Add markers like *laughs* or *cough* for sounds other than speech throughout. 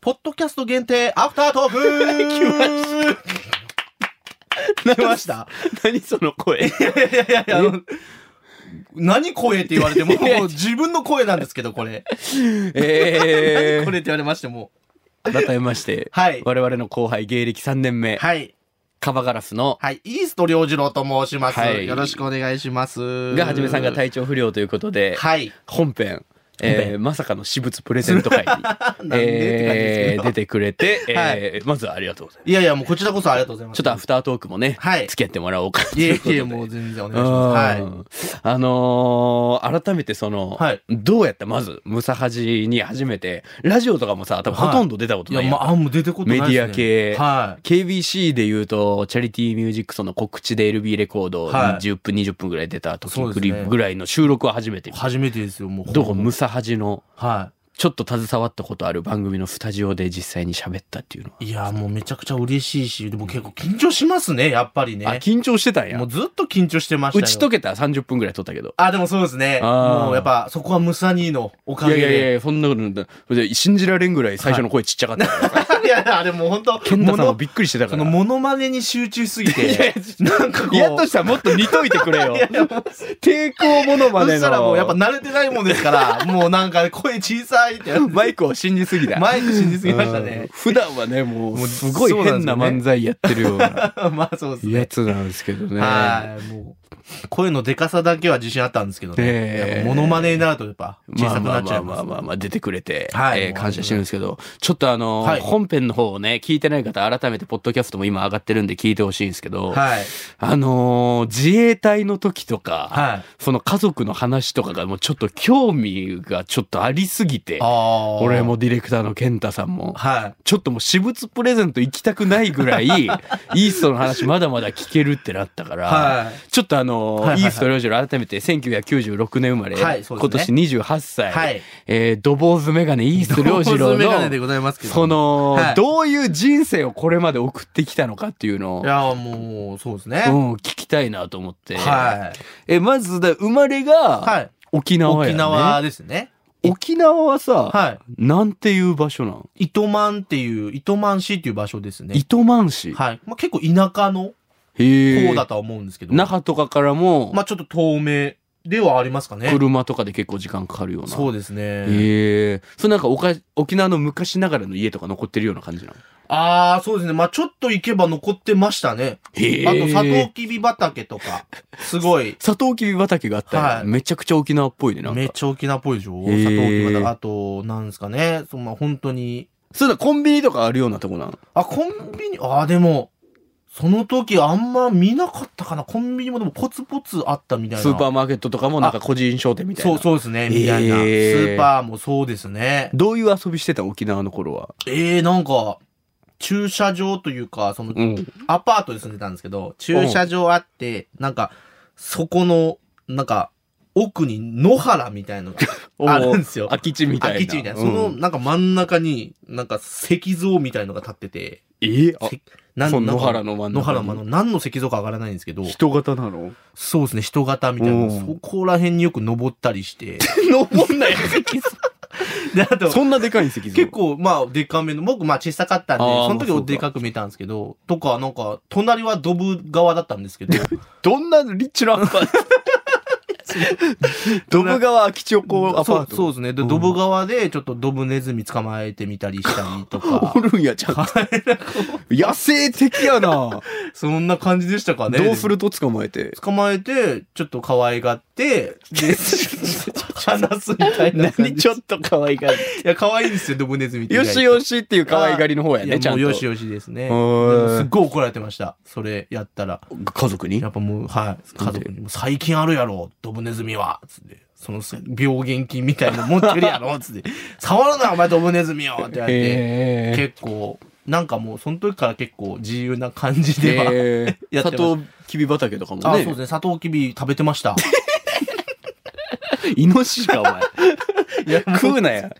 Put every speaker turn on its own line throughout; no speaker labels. ポッドキャスト限定アフタートーク
*laughs*
来ました。来ました。 *laughs*
何その声。
いやいやいやいや、あの、何声って言われても、もう自分の声なんですけど、これ。
え
*laughs* これって言われましても。
ー、改めまして、
はい
我々の後輩、芸歴3年目、
はい。
カバガラスの、
はい。イースト良次郎と申します、
はい
よろしくお願いします。
がはじめさんが体調不良ということで、
はい。
本編、えー、まさかの私物プレゼ
*laughs*
ント会に、
んでって感じですけ
え
ど
ー出てくれて、えー
は
まずはありがとうございます。
いやいや、もうこちらこそありがとうございます。
ちょっとアフタートークもね、
はい
付き合ってもらおうかと
い
い
や
うこと
い
で。
や、もう全然お
う
願いします。はい。
んあのー改めてその、
はい
どうやったまず、ムサハジに初めて、ラジオとかもさ、多分ほとんど出たこと
い
な
や、
いやん
まあ、あもう出てことないですね。
メディア系
はい。
KBC で言うと、チャリティーミュージックソンの告知で LB レコード
はい
10分、20分ぐらい出た時
そうです
ぐ
ね
らいぐらいの収録は初めて見た。
初めてですよ、もう。
どこムサハジの、
は
ちょっと携わったことある番組のスタジオで実際に喋ったっていうのは。
い。いや、もうめちゃくちゃ嬉しいし、でも結構緊張しますね、やっぱり
あ、
ね。
緊張してたんや
もう。ずっと緊張してました
打
よ。
ち解けた30分ぐらい撮ったけど。
あ、でもそうですね。
あー
もうやっぱ、そこはムサニーのお
い
か
や
げ
いやい
で。
や、そんなことないそれで信じられんぐらい最初の声ちっちゃかったから。
いやいや、あれもう本当
健太さんも
もの
びっくりしてた
そ
か
の
ら。
モノマネに集中しすぎ
いやいや
て。なんかこう。
いやとしたらもっと似といてくれ
*laughs*
よ
い。やいやもう
抵抗ものま
そ
ねの。
したらもうやっぱ慣れてないもんですから、もうなんか声小さいって。
*laughs* マイクを信じすぎだ。
マイク信じすぎました
うん
ね。
普段はね、もう、
もう
すごい変な漫才やってるような
*laughs* まあそうですね
や。つなんですけどね。
はい、もう、声のでかさだけは自信あったんですけどね。
ええ
やっぱモノマネになるとやっぱ小
ま
さ
あ
く
ま
な
あ
っち
ま
ゃ
あ
います。
まあまあまあ出てくれて、
はい
えー感謝してるんですけど、ちょっとあの、
はい
本編の方をね、聞いてない方、改めてポッドキャストも今上がってるんで聞いてほしいんですけど、
はい。
あのー自衛隊の時とか、
はい。
その家族の話とかがもうちょっと興味がちょっとありすぎて
あ、あ。
俺。もディレクターの健太さんも、
はい。
ちょっともう私物プレゼント行きたくないぐ
*laughs*
らい、イーストの話まだまだ聞けるってなったから、
はい。
ちょっとあの、
はいはいはい
イースト領事郎改めて1996年生まれ、
はいそう
今
で
年
す
28歳、
はい
えー、ドボーズメガネイースト領事郎
メガネで
の、
ございますけど。
その、
はい
どういう人生をこれまで送ってきたのかっていうのを、
いや、もう、そうです
う
ね。
ん、聞きたいなと思って。
はい。
え、まずだ、生まれ
は
が
い。
沖縄や、
沖
ね
縄ですね。
沖縄はさ、
は
なんていう場所なん
い。糸満っていう、糸満市っていう場所ですね。
糸満市。
はい。まあ結構田舎の
へえ。
方だとは思うんですけど。
那覇とかからも、
まあちょっと透明ではありますかね。
車とかで結構時間かかるような。
そうですね。
へえそれなんかおか沖縄の昔ながらの家とか残ってるような感じなの
ああ、そうですね。まあちょっと行けば残ってましたね。
へ、
あと、サトウキビ畑とか、すごい
サトウキビ畑があったよ、
はい
めちゃくちゃ沖縄っぽいねなん
めっ
か
ちゃ沖縄っぽいでしょ、
へー
サトウキビ畑。あと、なんですかね、そのまあ、本当に、
それだコンビニとかあるようなとこなの
あ、コンビニ、ああ、でも、その時あんま見なかったかな。コンビニもでもポツポツあったみたいな。
スーパー
ー
マーケットとかもなんか個人商店みたいな
そう、そうですね、みたいな。
へ
ス
ー
ーパーもそうですね。
どういう遊びしてたの沖縄の頃は
ええー、なんか、駐車場というか、その、
うん
アパートに住んでたんですけど、駐車場あって、なんか、そこの、なんか、奥に野原みたいのがあるんですよ。
空き地みたいな
空き地みたいな。その、
うん
なんか真ん中に、なんか石像みたいのが立ってて、
えーあ
せなん
その
なん
野
か
原の真ん中
野
に
原の、何の石像かわからないんですけど、
人型なの
そうですね、人型みたいな
う
の。
ん
そこら辺によく登ったりして、
*laughs* 登んない
*laughs* で、あと、
そんなでかい石 *laughs* 像
結構、まあ、でかめの、僕、まあ、小さかったんで、
あー
その時
まあ
お
そうか
でかく見えたんですけど、とか、なんか、隣はドブ側だったんですけど、
どんなリッチなアパート *laughs* ドブ川空き地を *laughs* こうア
そ
パー
う
ト
そうですね。で、
うん
ドブ川で、ちょっとドブネズミ捕まえてみたりしたりとか
*laughs* お。るんやちゃんと野生的や *laughs* な
そんな感じでしたかね。
どうすると捕まえて
捕まえて、ちょっと可愛が *laughs* って、で、話すみたいな感じ。
ょっと可愛がる
いや、可愛いんですよ、ドブネズミって意
よ
外と。
しよしっていう可愛がりの方や
い
ねち
や、
ゃ
も
ん
う
と
よしよしですね。
へー
すっごい怒られてました。それやったら。
家族に
やっぱもう、はい。家
なんで
族にも、最近あるやろ、ドブネズミは。つって。その、病原菌みたいなの持ってるやろ、つって。触るな、お前ドブネズミよって言われて。
へ
結構なんかもうその時から結構自由な感じでは、
え
やって
砂
ます
糖きび畑とかも
あそうで
ね
すねサトウキビ食べてました
イノシシか *laughs* お前
いやもう
食うなや
*laughs*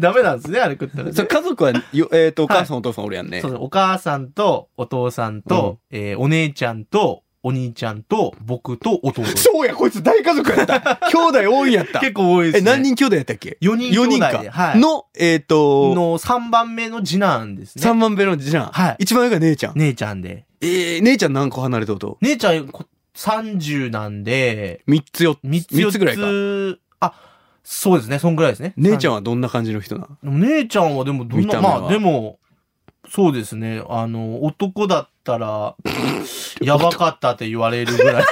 ダメなんですねあれ食ったらね、
そ
そう
家族はよえっとお母さんお父さんおるやんね
うですねお母さんとお父さんと、えーお姉ちゃんとお兄ちゃんと僕と弟です
そうや、こいつ大家族や *laughs* った。兄弟多いやった。
結構多いで
え、
すね。
何人兄弟やったっけ
4人兄
四
弟
人
で
か。
はい。の
の、えっ、と、
3番目の次男ですね。
三番目の次男。
はい
一番上が姉ちゃん。
姉ちゃんで。
えー、姉ちゃん何個離れたこと
姉ちゃんこ30なんで、
三つよ。
3つ
三つぐらいか
か。あ、そうですね。そんぐらいですね。
姉ちゃん
ん
はどんな感じの人なの
姉ちゃんはでもどん
見
な、
た目は
まあでも、そうですね。あの、男だった
*laughs*
ら、やばかったって言われるぐらい。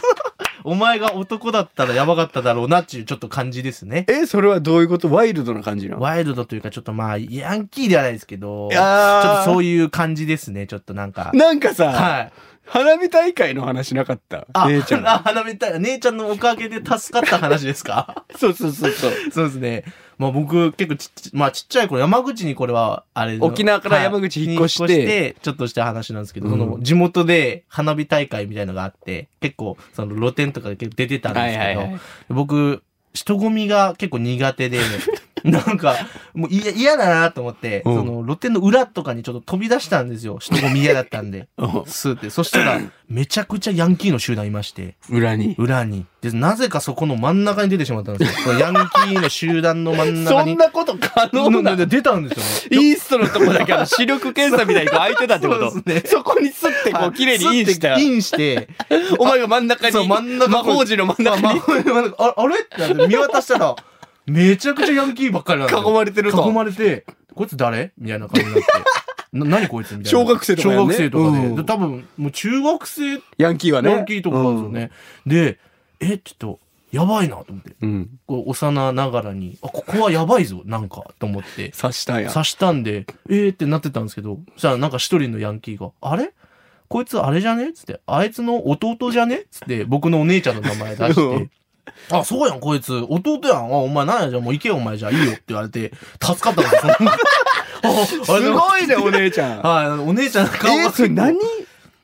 *laughs* お前が男だったらやばかっただろうなっていうちょっと感じですね。
え、それはどういうことワイルドな感じなの
ワイルドというか、ちょっとまあ、ヤンキーではないですけど、
い
ちょっ
や
とそうういう感じですね。ちょっとなんか。
なんかさ、
はい。
花火大会の話なかった
あ、
姉ちゃ
*laughs*
ん
あ
が。
花火大姉ちゃんのおかげで助かった話ですか
そうそうそうそう。
*laughs* そうですね。まあ僕、結構ちっち、まあちっちゃい頃、山口にこれは、あれの
沖縄から山口引っ越して
はいちょっとした話なんですけど、
うん
その、地元で花火大会みたいのがあって、結構、その露店とかで結構出てたんですけど、
い。
僕、人混みが結構苦手で、 *laughs* なんか、もういや嫌だなと思って、
うん
その、露店の裏とかにちょっと飛び出したんですよ。人混み嫌だったん
*laughs*
で。
うん
スーって。そしたら、めちゃくちゃヤンキーの集団いまして。
裏に。
裏に。で、なぜかそこの真ん中に出てしまったん
*laughs*
ですよ。そのヤンキーの集団の真ん中
そ
に。
んなこと可能な
ので出たんですよね。
イーストのとこだけあの視力検査みたいにこう開いてたってこと
そうですね
そこにスッ *laughs* てこう綺麗にインした
はいスッてインして、
*laughs* お前が真ん中に
そう真ん中
魔法寺の真ん中
まあ
に
ああれってなって見渡したら、めちゃくちゃヤンキーばっかりなんですよ
囲まれてると
囲まれて、こいつ誰みたいな感じになって。な何こいつみたいな。
小学生とかやね
小学生とかで。
うん
で多分、もう中学生、
ヤンキーはね
ヤンキーとかなんですよね。で、え、ちょっと、やばいなと思って。
うん、うん
こう幼ながらに、あ、ここはやばいぞ、なんか、と思って。
刺したんや
刺したんで、えーってなってたんですけど、そしたらなんか一人のヤンキーが、あれこいつあれじゃねつって、あいつの弟じゃねつって、僕のお姉ちゃんの名前出
う
し
ん
て、あ、そうやん、こいつ、弟やん。あ、お前なんやじゃん、もう行けよ、お前じゃあいいよって言われて、助かったんですよ。
*laughs*
あ
すごいねお姉ちゃん *laughs*
はい、あのお姉ちゃんの顔
え
が
ー、それ何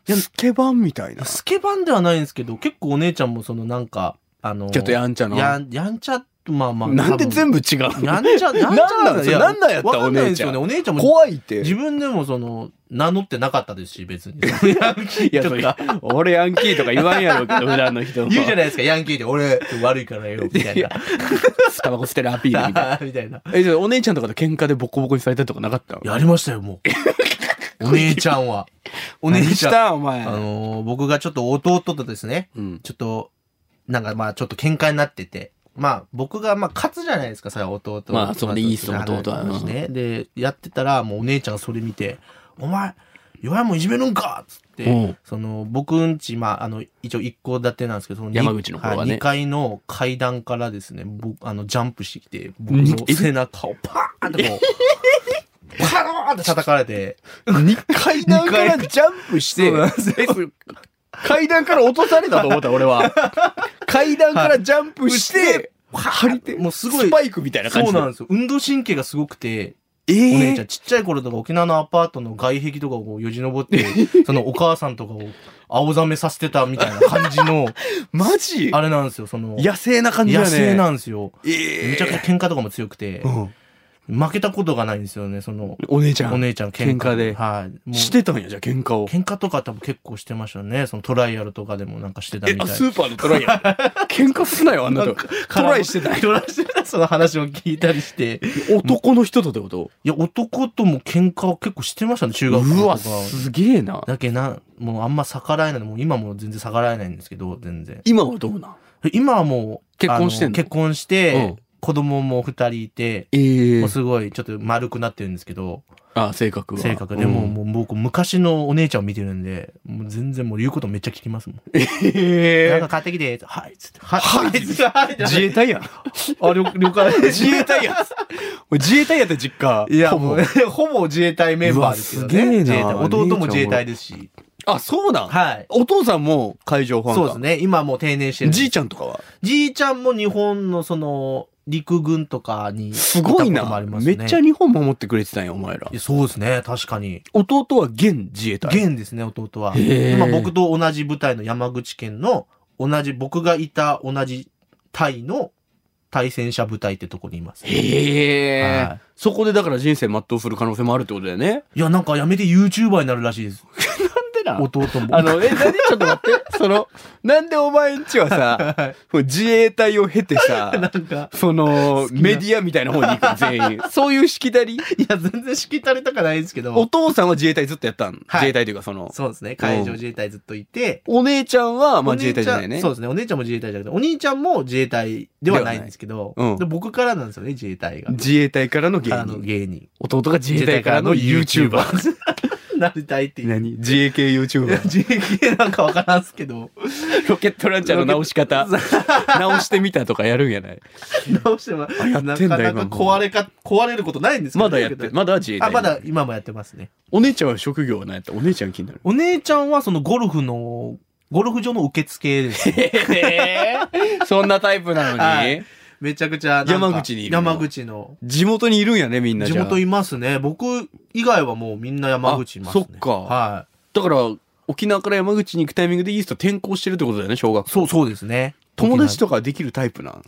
や
スケバンみたいな
スケバンではないんですけど、結構お姉ちゃんもそのなんか、あの、
ちょっとやんちゃな
やんやんちゃ、まあまあ。
なんで全部違う
や
の
んちゃ、やんちゃ
なんなんそれ
い
なんなんやった
わかんないですよね。
お
お姉ちゃんも
怖いって
自分でもその、名乗ってなかったですし、別
*laughs*
に。ヤンキ
い
ー
やそ
と
れ
か。
俺ヤンキーとか *laughs* 言わんやろうけど普段の人も
言うじゃないですか、ヤンキーって俺悪いからよ、みたい
い
な
や。タバコ捨てるアピール *laughs* みたい
*laughs*
な
あーみたいな。
えじゃあお姉ちゃんとかと喧嘩でボコボコにされたりとかなかったの
やりましたよ、も
*laughs*
う。お姉ちゃんは。お姉
何し
ちゃん。
たんお前
あのー、僕がちょっと弟とですね、
うん
ちょっと、なんかまあちょっと喧嘩になってて、まあ僕がまあ勝つじゃないですか、それは弟は
まあそうね
ま
いい人の弟は
そうですね。で、やってたらもうお姉ちゃんそれ見て、お前、弱いもんいじめるんかっつって、
うん
その僕んち、まああの、一応一戸建てなんですけど、その
山口の方はね
2階の階段からですね、僕、あの、ジャンプしてきて、僕の背中をパーンってこう、パローンって叩かれて、
二階段からジャンプして
そうなんですよ、
えそれ階段から落とされたと思った、俺 *laughs* は。階段からジャンプして、張り手、
もうすごい
スパイクみたいな感
そう
じ
なんですよ。運動神経がすごくて、
え
お姉ちゃ
ー
ん、ちっちゃい頃とか沖縄のアパートの外壁とかをこうよじ登
*laughs*
って、そのお母さんとかを青ざめさせてたみたいな感じ
*laughs*
の、
マジ
あれなんですよ、その、
野生な感じだね。
野生なんですよ。
えー
めちゃくちゃ喧嘩とかも強くて
う、ん
負けたことがないんですよね、その、
お姉ちゃ
お
ん。
姉ちゃん喧嘩
喧嘩で
はい。もう
してたんや、じゃあ喧嘩を。
喧嘩とか多分結構してましたね。そのトライアルとかでもなんかしてた
え
み、た
あ
いな
ス。ーパーのトライや。 *laughs* 喧嘩すなよ、あんなとこ。トライしてたんや。
トライして *laughs* たその話を聞いたりして。
男の人とってこと
いや、男とも喧嘩は結構してましたね、中学校とか。
うわ、すげえな。
だけな、もうあんま逆らえないの、もう今も全然逆らえないんですけど、全然。
今はどうなん
今はもう、
結婚してんの
あ結婚し
うん
て、子供も二人いて、
え
もう
ー。
すごいちょっと丸くなってるんですけど、
あ、性格は。
性格でもう、
うん
もう僕昔のお姉ちゃんを見てるんで、もう全然もう言うことめっちゃ聞きますもん。
*laughs* え
な
ー
んか買ってきて、はい、つって、はい、
はい
つって、はい、
自衛隊やん。
あ、了了 *laughs* 解
自衛隊やん。もう自衛隊やった実家。
いや、
ほぼ
もう、ほぼ自衛隊メンバーですけどね。
うわすげえな
自衛隊弟も自衛隊ですし。
あ、そうなん、
はい。
お父さんも海上保安官。
そうですね。今もう定年してるんで
じいちゃんとかは
じいちゃんも日本のその陸軍とかに
すごい
いたことも
な
あります
め
ね
っちゃ日本守ってくれてたんや、お前ら
い。やそうですね確かに
弟は現自衛隊。
元ですね弟は
へー
今僕と同じ部隊の山口県の同じ僕がいた同じ隊の対戦車部隊ってとこにいます
へえ、
はい
そこでだから人生全うする可能性もあるってことだよね。
いやなんかやめて YouTuber になるらしいです
なんでな。
弟も。
あの、え、何ちょっと待
*laughs*
って。その、なんでお前んちはさ、自衛隊を経
*laughs*
て
な
さ、
んか、
その、
な
メディアみたいな方に行く全
*laughs*
員。そういうしきたり
いや、全然しきたりとかないですけど、
お父さんは自衛隊ずっとやったん、
はい
自衛隊というかその、
そうですね、海上自衛隊ずっといて、
お姉ちゃんは、まあ
お
自衛
姉ち
隊
ゃん
じゃないね。
そうですね、お姉ちゃんも自衛隊じゃなくて、お兄ちゃんも自衛隊ではないんですけど、
ではないうん
で僕からなんですよね、自衛隊が。
自衛隊からの芸
あの
人。
芸人。
弟が自衛隊からの YouTuber。
なりたいっていう。
何自衛系 YouTuber。
自衛系なんかわからんすけど、
*laughs* ロケットランチャーの直し方。 *laughs* 直してみたとかやるんやない。
どうしても、
やってんだ
なかなか
今も
壊れか、壊れることないんですけど
まだやって、まだは自衛隊。
あ、まだ。今もやってますね。
お姉ちゃんは職業は何やったお姉ちゃん気になる。
お姉ちゃんはそのゴルフの、ゴルフ場の受付です。
えーそんなタイプなの *laughs* に、
はい *laughs* めちゃくちゃなんか。
山口にいるの
山口の。
地元にいるんやねみんな
地
じゃあ
元いますね。僕以外はもうみんな山口いますね。
あそっか
は
だから沖縄から山口に行くタイミングでイースト転校してるってことだよね小学
い。
校
そう、そうですね。
友達とかできるタイプなん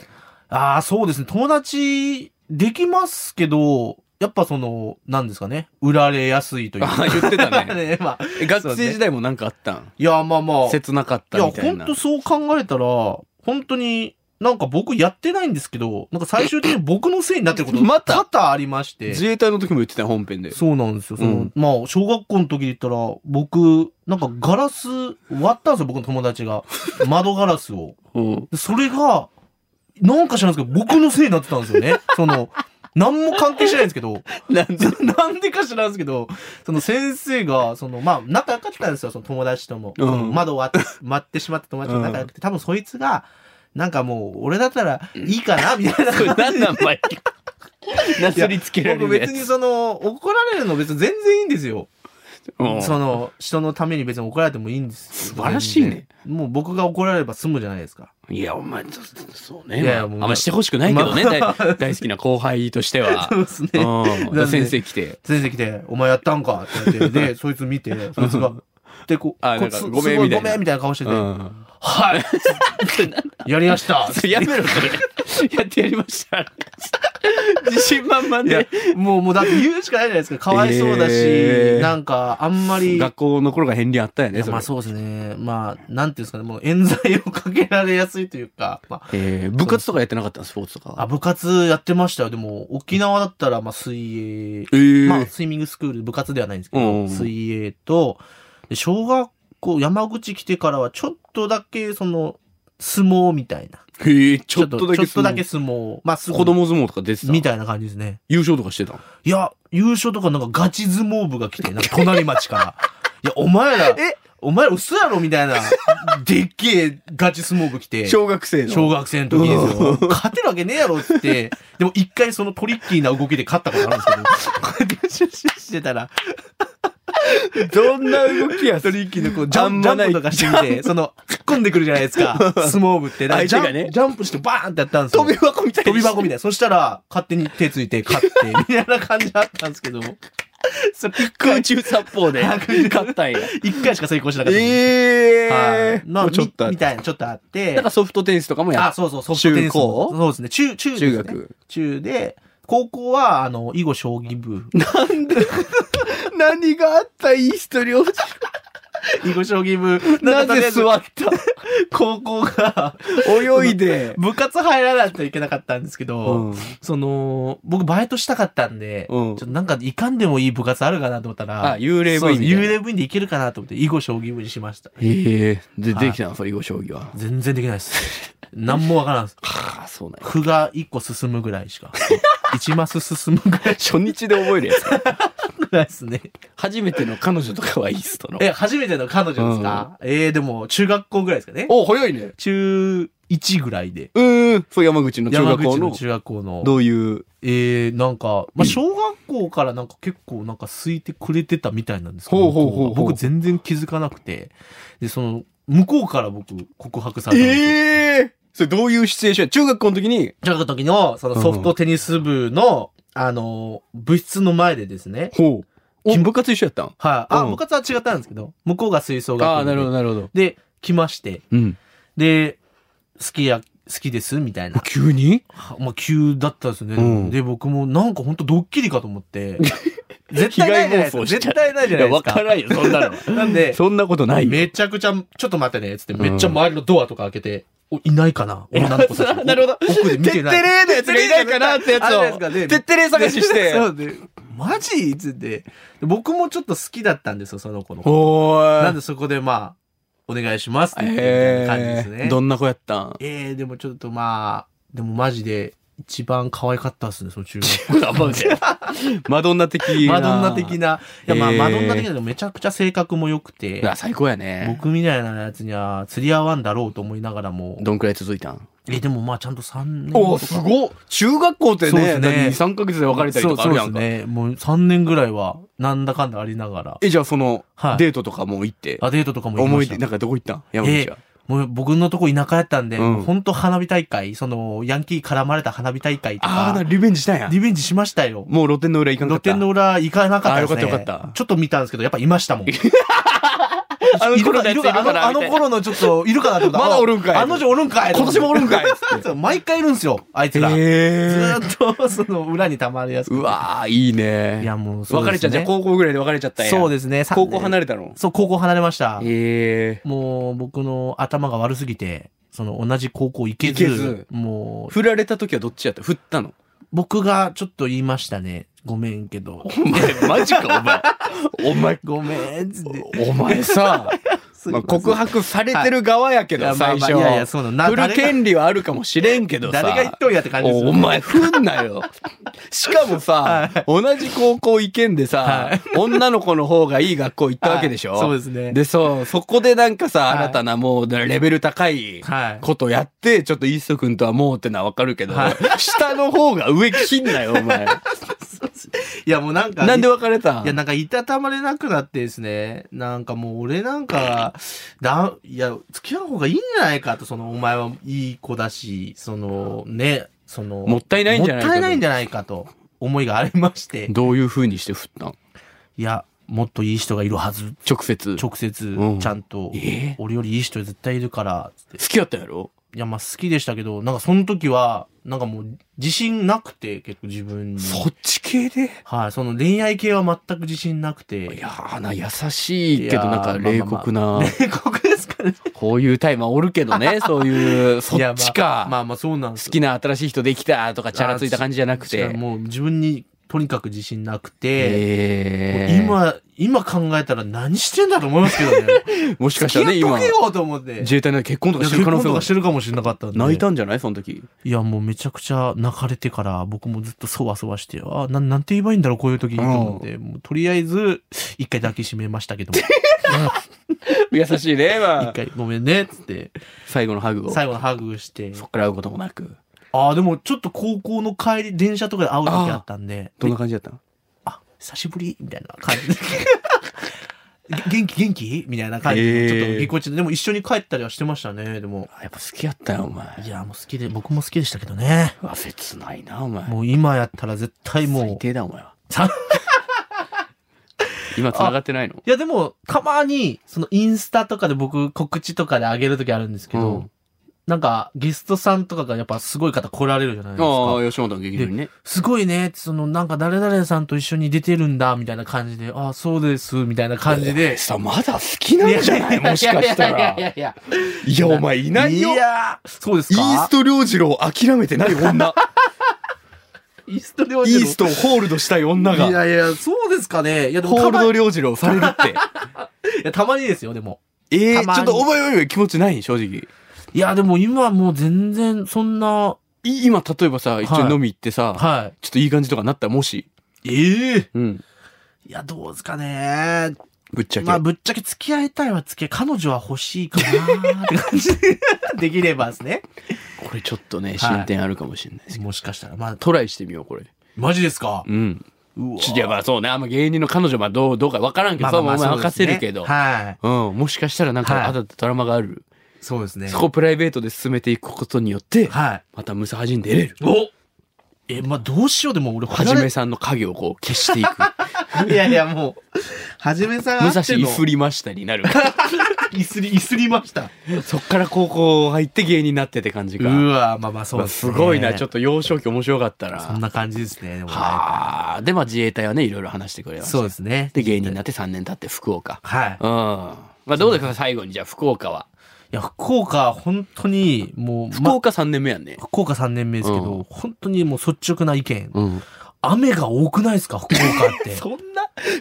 ああ、そうですね。友達できますけど、やっぱその、なんですかね。売られやすいというか。
あ言ってた
*laughs*
*laughs* ね
ね、まあ。
え学生時代もなんかあったん、
いや、まあまあ。
切なかったみた
や、
い
ほん
な
とそう考えたら、本当に、なんか僕やってないんですけど、なんか最終的に僕のせいになってること、
*laughs* また
多々ありまして。
自衛隊の時も言ってたよ本編で
そうなんですよ。その、
うん
まあ、小学校の時で言ったら、僕、なんかガラス割ったんですよ、僕の友達 *laughs* が。窓ガラスを。
うん
でそれが、なんか知らないですけど、僕のせいになってたんですよね。その、何も関係してないんですけど、
なんで
*laughs* なんでか知らんすけど、その先生が、その、まあ、仲良かったんですよ、その友達とも。
うん
その窓を割って、待ってしまった友達と仲良くて、多分そいつが、なんかもう、俺だったらいいかな、みたいな。
これ何なんマイクなすりつけられ
僕
るや
別
つ
にその、怒られるの別に全然いいんですよ。
うん
その人のために別に怒られてもいいんです
素晴らしいね
全然もう僕が怒られれば済むじゃないですか
いやお前そそうね
いやいや
まあ
もう
あんましてほしくないけどね、
まあ
大大好きな後輩として
*laughs*
は
そうですね
*laughs* うん
なんで
先生来て
先生来て「お前やったんか」って言ってでそいつ見てそいつが「でこう
あ
こ
な
うん
か
す
ごめん
すご
みたいな
ごめんみたいな顔してて「
うん
はいやりました」
それ *laughs* やめろそれやってやりました自信満々
いや
で
もうもうだって言うしかないじゃないですかかわいそうだし、
えー
なんかあんまり
学校の頃が片鱗あったよ
い
ね
や
それ
まあそうですねまあなんていうんですかねもう冤罪をかけられやすいというか、まあ、
えー部活とかやってなかったのスポーツと
あ、
か
部活やってましたよ。でも、沖縄だったら、まあ、水泳、
えー
まあ、スイミングスクール、部活ではないんですけど、
うんうん
水泳と、で小学校、山口来てからは、ちょっとだけ、その、相撲みたいな。
へえちょっとだけ
ちょっとだけ相撲。まあ、す
子供相撲とか出てた
みたいな感じですね。
優勝とかしてた
いや、優勝とかなんかガチ相撲部が来て、なんか隣町から。いや、お前ら、
*laughs* え
お前ら嘘やろみたいな、でっけえガチ相撲部来て。
小学生
小学生の時ですよ。勝てるわけねえやろっつって、でも一回そのトリッキーな動きで勝ったことあるん
*laughs*
ですけど、こうやってシュッシュッしてたら、
どんな動きやトリッキーのこ
ジャンジャンプとかしてみて、その、突っ込んでくるじゃないです *laughs* か、相撲部って。だからジャン
相手がね
ジャンプしてバーンってやったんですよ。
飛び箱みたい
飛び箱み
い
たいな。そしたら、勝手に手ついて勝 *laughs* って、みたいな感じだったんですけど、それ一
空
回、
中殺法で勝ったんや
一回しか成功しなかったんです。
え
はい
え
まあ、
ちょっと
みみたいな、ちょっとあって。
なんかソフトテニスとかもや
あ、
っ
そうそう、ソフトテニス
中高
のそうですね。中、中ですね、
中学。
中で、高校は、あの、囲碁将棋部。
何があったイースト領
*laughs* 囲碁将棋部。
なぜ座
っ
った
高校が、
泳いで
*laughs* 部活入らないといけなかったんですけど、
うん
その、僕バイトしたかったんで、
うん
ちょっとなんか、いかんでもいい部活あるかなと思ったら、
*laughs* あ幽霊部
そう
員
です
みたいな
幽霊部員でいけるかなと思って、囲碁将棋部にしました。
へえで
はい
できたのそれ囲碁将棋は
全然できないです。 *laughs* 何もわからんです。
はあそうなんや
歩が一個進むぐらいしか。一マス進むぐらいし
初日で覚えるやつ
かないですね。
*laughs* 初めての彼女とかはイーストの。
え、初めての彼女ですか、えー、でも、中学校ぐらいですかね
お、早いね。
中1ぐらいで。
うーん。そう、山口の中
山
学
口
校
の
の。
中学校の。
どういう。
えー、なんか、まあ、小学校からなんか結構なんか空いてくれてたみたいなんですけど、
ほうほうほうほう
僕全然気づかなくて。で、その、向こうから僕告白されたんですよ。
ええそれどういうシチュエーション中学校の時に。
中学の時の、そのソフトテニス部の、あの、部室の前でですね。
ほう。
お
部活一緒やったん
はい、あ、
うん
部活は違ったんですけど、向こうが吹奏楽部で。
ああ、なるほど、なるほど。
で、来まして。
うん。
で、好きや、好きですみたいな。
急に
まあ、急だったですね、
うん *laughs*
で僕もなんかほんとドッキリかと思ってい絶対ないじゃないですか。絶対ないじゃないです
わか
か。
らんよ、そんなの。
なん *laughs* で、
*laughs* そんなことないよ。
めちゃくちゃ、ちょっと待ってね、つって、めっちゃ周りのドアとか開けて、お、いないか *laughs* な女の子たち。
なるほど
奥で見て *laughs* ない。
ーのや
あれですかね
てれー
*laughs* そうで、マジつって。で僕もちょっと好きだったんですよ、その子の。
おーい。
なんでそこでまあ、お願いしますってい
え
う
ー
感じですね。
どんな子やった
*laughs*
ん *laughs*
えー、でもちょっとまあ、でもマジで、一番可愛かったですね、その中学校。
マドンナ的な。
マドンナ的な。いや、まあ、
えー
マドンナ的なのめちゃくちゃ性格も良くて
う、わ。最高やね。
僕みたいなやつには釣り合わんだろうと思いながらも、
どんくらい続いたん
え、でもまあ、ちゃんと3年
お
とか
すごっ中学校って
そう
ね、
ですね
2、3ヶ月で別れたりとかあるやん
そう
か。
そうですね。もう3年ぐらいは、なんだかんだありながら。
え、じゃあその
はい、
デートとかも行って、
あ、デートとかも行き
思
ま
い
し
出、
た。
なんかどこ行ったん山口は。
もう僕のとこ田舎やったんで、
うん
もうほんと花火大会、その、ヤンキー絡まれた花火大会と
あー、な
か、
リベンジしたんや。
リベンジしましたよ。
もう露天の裏行かんか
露
った。
天の裏行かなかったですね。
あよかったよかった
ちょっと見たんですけど、やっぱいましたもん。
*laughs* あの
いる
頃
か
のやついる
あ
か
の
な
あの頃のちょっと、いるかなと思った。
まだおるんかい
あの女おるんかい。
今年もおるんかいつって
*laughs* そう毎回いるんすよ、あいつ
み
ら。
たいな
ず
へー
ーっと、その、裏に溜まるやつ。
うわー、いいね。
いや、もう、そう
別
で
れ
す
ちゃう、
ね
じゃあ高校ぐらいで別れちゃったんや
そうですね。
高校離
れ
れたの
そう、高校離れました。
ええ
もう、僕の頭が悪すぎて、その、同じ高校行けず、
行けず
もう、
振られた時はどっちやった振ったの
僕がちょっと言いましたね。ごめんけど。
*laughs* お前、マジか、 *laughs* お前。
ごめん、つって。
お前、お前さ、 *laughs* まあ、告白されてる側やけ
は
ど、
いいやまあ
最
まあ
初。
いやいやそうなのな
振る
誰が
権利はあるかもしれんけどさ。
誰が言っとんやって感じですよ
お前、振んなよ。しか
*laughs*
もさ、同じ高校行けんでさ、
はい
女の子の方がいい学校行ったわけでしょ、
はいそうですね
で、そう、そこでなんかさ、
い
新たなもう、レベル高い
はい
ことやって、ちょっとイースト君とはもうってのはわかるけど、
は
下の方が上切んなよ、
*laughs*
お前。
いや、もうなんか、
なんで別れたん
いや、なんか、いたたまれなくなってですね、なんかもう俺なんか、だ、いや、付き合う方がいいんじゃないかと、その、お前はいい子だし、その、ね、その、
もったいないんじゃないか
も
と
ったいないんじゃないかと、思いがありまして、
どういう風にして振ったん
いや、もっといい人がいるはず、
直接。
直接
う、ん
ちゃんと、
え
俺よりいい人絶対いるから、つって。
好きやったやろ
いや、まあ好きでしたけど、なんかその時は、なんかもう、自信なくて、結構自分に。
そっち系で
はい、その恋愛系は全く自信なくて。
いやーな、優しいけど、
いやー
なんか冷酷な、
冷酷ですかね。
こういうタイマーおるけ
*laughs*
どね、そういう、そ
いや
っちか。
まあまあそうなんです
好
よ
きな新しい人できたとか、チャラついた感じじゃなく
違
て
う。もう自分にとにかく自信なくて、
えー、
もう今、今考えたら何してんだと思いますけど
*laughs*
ね。
もしかした
付
らね、
き合っ
今
とけ、よと思って。
自衛隊の結婚とかして
結
る可能
婚
性
と
が
かしてるかもしれなかったんで。
泣いたんじゃないその *laughs* 時。
いや、もうめちゃくちゃ泣かれてから、僕もずっとそわそわして、あ、なん、なんて言えばいいんだろう、こういう時にと思って、もうとりあえず、一回抱きしめま *laughs* したけども、
優しいね、ま
一
あ。
回ごめんね、っつって、
最後のハグを。
最後のハグして。
そっから会うこともなく。
ああ、でもちょっと高校の帰り、電車とかで会う時あったんで、
どんな感じだったの
あ、久しぶりみたいな感じで。 *laughs* げ元気元気みたいな感じで、ちょっとぎこちで、でも一緒に帰ったりはしてましたね、でも。
あやっぱ好きやったよ、お前。
いや、もう好きで、僕も好きでしたけどね。
うわ切ないな、お前。
もう今やったら絶対もう。
最低だ、お前は。
さ
今繋がってないの
いや、でも、たまに、そのインスタとかで僕告知とかで上げるときあるんですけど、
うん
なんかゲストさんとかがやっぱすごい方来られるじゃないです
あ
か。
あ、吉本の劇場にね。
すごいね、そのなんか誰々さんと一緒に出てるんだ、みたいな感じで、ああ、そうです、みたいな感じで。
さ、まだ好きなんじゃないもしかした
いや
ら。
い
い
や *laughs* いや
や、お前い
いや
ない
い
よ。
やーそうです
イ
か
ースト良次郎諦めてない女。
イースト料理
イ
の
ーストをホールドしたい女
いや
が、
いや、そうですかね。いや、でも
ホー
た
ル
ま
ド良次郎される *laughs* って。
いやたまにですよ、でも。
ええ
たまに
ちょっとお前おいおい気持ちない正直。
いや、でも今もう全然、そんな、
い今、例えばさ、一
は
応
い
飲み行ってさ、
は
ちょっといい感じとかなったらもし、
い。ええ
うん。
いや、どうですかね。
ぶっちゃけ。
まあ、ぶっちゃけ付き合いたいは付き合い、彼女は欲しいかなーって感
*laughs*
じで、できればですね。
これちょっとね、進展あるかもしれないですけど。
もしかしたら、まあ、
トライしてみよう、これ。
マジですか
うん。
うわ
ちょいやまあそうね、あんま芸人の彼女まあどう、どうか分からんけど、そうまあまあ任せるけど、
はい。
うん、もしかしたらなん
はい
か、あだったドラマがある、
そうですね。
そこをプライベートで進めていくことによって、
はい。
またムサハジに出れる。
おえ、まあ、どうしようでも俺、
はじめさんの影をこう消してい *laughs*
*laughs*
く。
いやいや、もう、はじめさんあ
武
っ
蔵
ての
い。ふりましたになる。
いすり、いすりました。
そっから高校入って芸人になってって感じ
う
か。
わまあまあそう
まあ
ですね
ごいな、ちょっと幼少期面白かった
そ
な。
んな感じですね。でもね
はあ。で、まあ自衛隊はね、いろいろ話してくれました。
そうですね。
で、芸人になって3年経って福岡。
はい。
うん。まあどうですか、最後に。じゃあ福岡は。
いや、福岡、本当に、もう、
福岡3年目やんね。
ま、福岡3年目ですけど、
う
本当にもう率直な意見。
うん。
雨が多くないですか、福岡って。
*laughs* そんな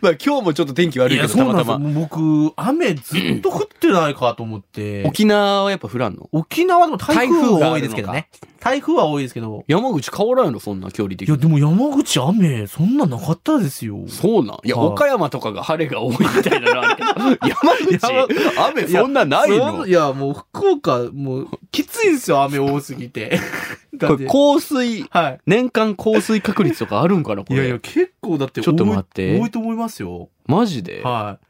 まあ今日もちょっと天気悪
い
いけ
や、
ど、
そうな
た
んで
ます
よ。
たま。
もう僕、雨ずっと降ってないかと思って。
沖縄はやっぱ降らんの
沖縄でも台風は多いですけど
台
ね。台風は多いですけど。
山口変わらんやろ、そんな距離的
いや、
に。
でも山口雨、そんななかったですよ。
そうなんいや、
はい
岡山とかが晴れが多いみたいなのあるけど
*laughs*
山口、雨そんなない
そ
の
ういや、もう福岡、もう、きついですよ、雨多すぎて。だ
*laughs* こ
って
れ降水、
は
年間降水確率とかあるんかな
い。
こ
い
れ。
やいや、結構だって多い、
ちょっと待って
多いと思いますよ。
マジで、
はい。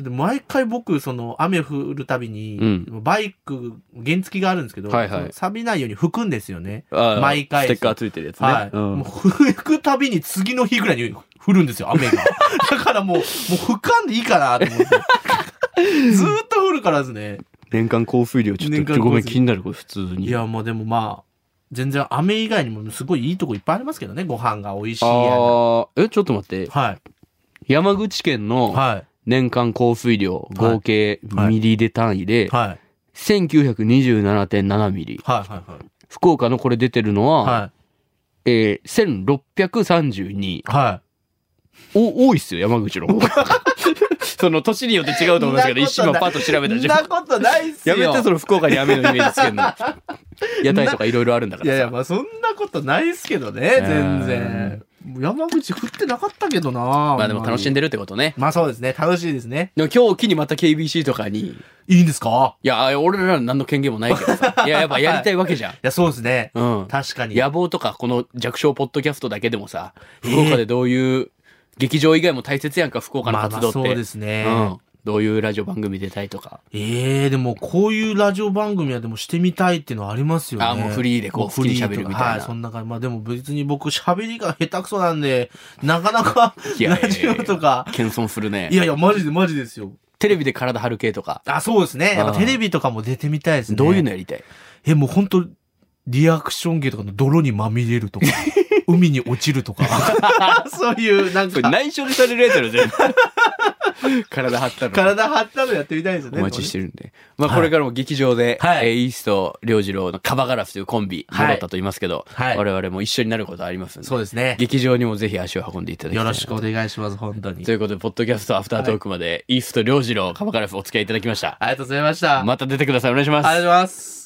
だって毎回僕、その、雨降るたびに、
う
バイク、原付があるんですけど、
はいはい
その錆びないように拭くんですよね。
ああ
毎回
ステッカーついてるやつね。
はい。
うん
もう拭くたびに次の日ぐらいに降るんですよ、雨が。 *laughs* だからもう、もう拭かんでいいかなと思
*laughs*
って。ずーっと降るからですね。
年間降水量ちょ
年
っ
間降
と
水
ごめん気になるこれ普通に。
いや、まあでもまあ、全然雨以外にもすごいいいとこいっぱいありますけどね、ご飯が美味しい
あ
やな
ーえちょっと待って
は
山口県
い。
の
は
年間降水量合計
はい
ミリで単位
い。
で
はい。
1927.7ミリ
はい。はい。
福岡のこれ出てるのは、
は
えー、1632
い。は
お多いっすよ山口の
*laughs*
方がその年によって違うと思いますけど一
そん
瞬
なことない
今パッと調
い。
べた
そん
じ
な
ゃ
ことないっす
*laughs* や
よ。
めてその福岡に雨のイメージつけんの *laughs* 屋台とかいろいろあるんだか
い
ら
や
さ
いや、まあそんなことないっすけどね、全然。もう山口降ってなかったけどな
まあでも楽しん
で。
でるってことね
まあそうですね、楽しいですね。
でも今日を機にまた KBC とかにい
いいんですか
や俺ら何の権限もないけど *laughs* さいややっぱやりたいわけじゃん
いや、そうですね。
うん
確かに。
野望とかこの弱小ポッドキャストだけでもさ福岡でどういう劇場以外も大切やんか福岡の
まあ
活
ま
動
あ
って、
そうですね。
うん、どういうラジオ番組出たいとか
ええでもこういうラジオ番組はでもしてみたいっていうのはありますよね。
あもうフリーでこう
フリーと
好きに喋るみたいな
はい、そんな感じ。まあでも別に僕喋りが下手くそなんで、なかなか
いやいや
ラ
い
ジ
や
オとか。
謙遜するね
いやいや、マジでマジですよ。
テレビで体張る系とか
あ、そうですね。やっ
あ
ぱ
ー
テレビとかも出てみたいですね。
どういうのやりたい
え、もう本当リアクション芸とかの泥にまみれる *laughs* とか、海に落ちるとか。 *laughs* そういう、なん
これ
か、
内緒にされるやつやろ全 *laughs* 部体張ったの
体張ったのやってみたいですね。
お待ちしてるんで。まあ、これからも劇場で、
はい
えーイースト良次郎のカバガラフというコンビ、
はい
戻ったと言いますけど、
はい
我々も一緒になることありますんで、
そうですね。
劇場にもぜひ足を運んでいただきた
よ
いな
ろ
と
しくお願いします、本当に。
ということで、ポッドキャストアフタートークまで、イースト良次郎カバガラフお付き合いいただきました。
ありがとうございました。
また出てください。お願いします
あ。りがとうございます。